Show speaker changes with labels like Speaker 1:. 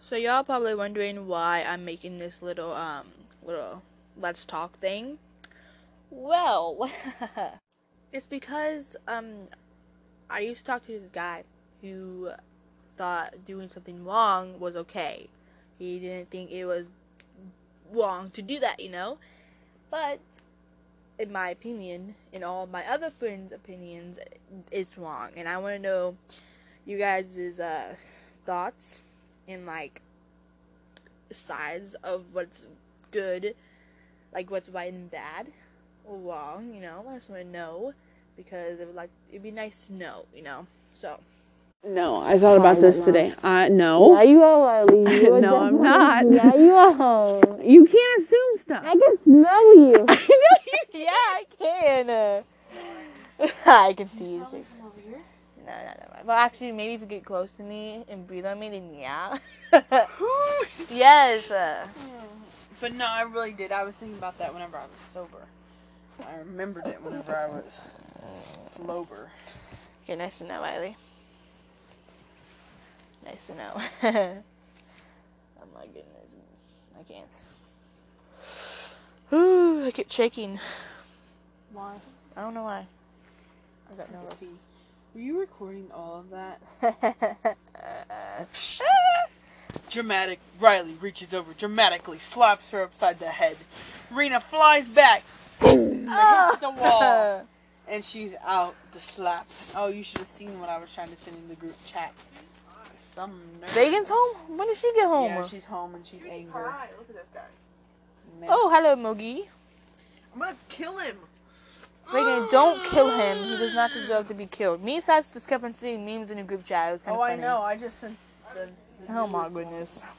Speaker 1: So y'all probably wondering why I'm making this little um little let's talk thing. Well, it's because um I used to talk to this guy who thought doing something wrong was okay. He didn't think it was wrong to do that, you know? But in my opinion, in all my other friends' opinions, it's wrong. And I want to know you guys' uh, thoughts and like sides of what's good, like what's right and bad or wrong. You know, I just want to know because it would like it'd be nice to know. You know, so
Speaker 2: No, I thought about this today. Uh, no.
Speaker 3: Now you are, Lily. You are
Speaker 2: No, I'm not.
Speaker 3: definitely- Now you are.
Speaker 2: You can't assume stuff.
Speaker 3: I can smell you.
Speaker 1: yeah, I can. Uh, I can see you. Jake. No, no, no. Well, actually, maybe if you get close to me and breathe on me, then yeah. yes. Uh,
Speaker 4: But no, I really did. I was thinking about that whenever I was sober. I remembered it whenever I was lober.
Speaker 1: Okay, nice to know, Riley. Nice to know. oh my goodness, I can't. Ooh, I keep shaking.
Speaker 4: Why?
Speaker 1: I don't know why.
Speaker 4: I got no pee. Were you recording all of that? Dramatic. Riley reaches over dramatically, slaps her upside the head. Rena flies back, boom,
Speaker 1: Ah!
Speaker 4: against the wall, and she's out the slap. Oh, you should have seen what I was trying to send in the group chat. Some nerd.
Speaker 1: Reagan's home. When did she get home?
Speaker 4: Yeah, she's home and she's angry.
Speaker 5: Look at this guy.
Speaker 4: Man.
Speaker 1: oh, hello, Mogi.
Speaker 5: I'm gonna kill him.
Speaker 1: Reagan, don't kill him. He does not deserve to be killed. Me and Sas discussed seeing memes in a group chat. It was kind
Speaker 4: Oh,
Speaker 1: of
Speaker 4: I
Speaker 1: funny.
Speaker 4: know. I just sent the. the
Speaker 1: Oh my goodness.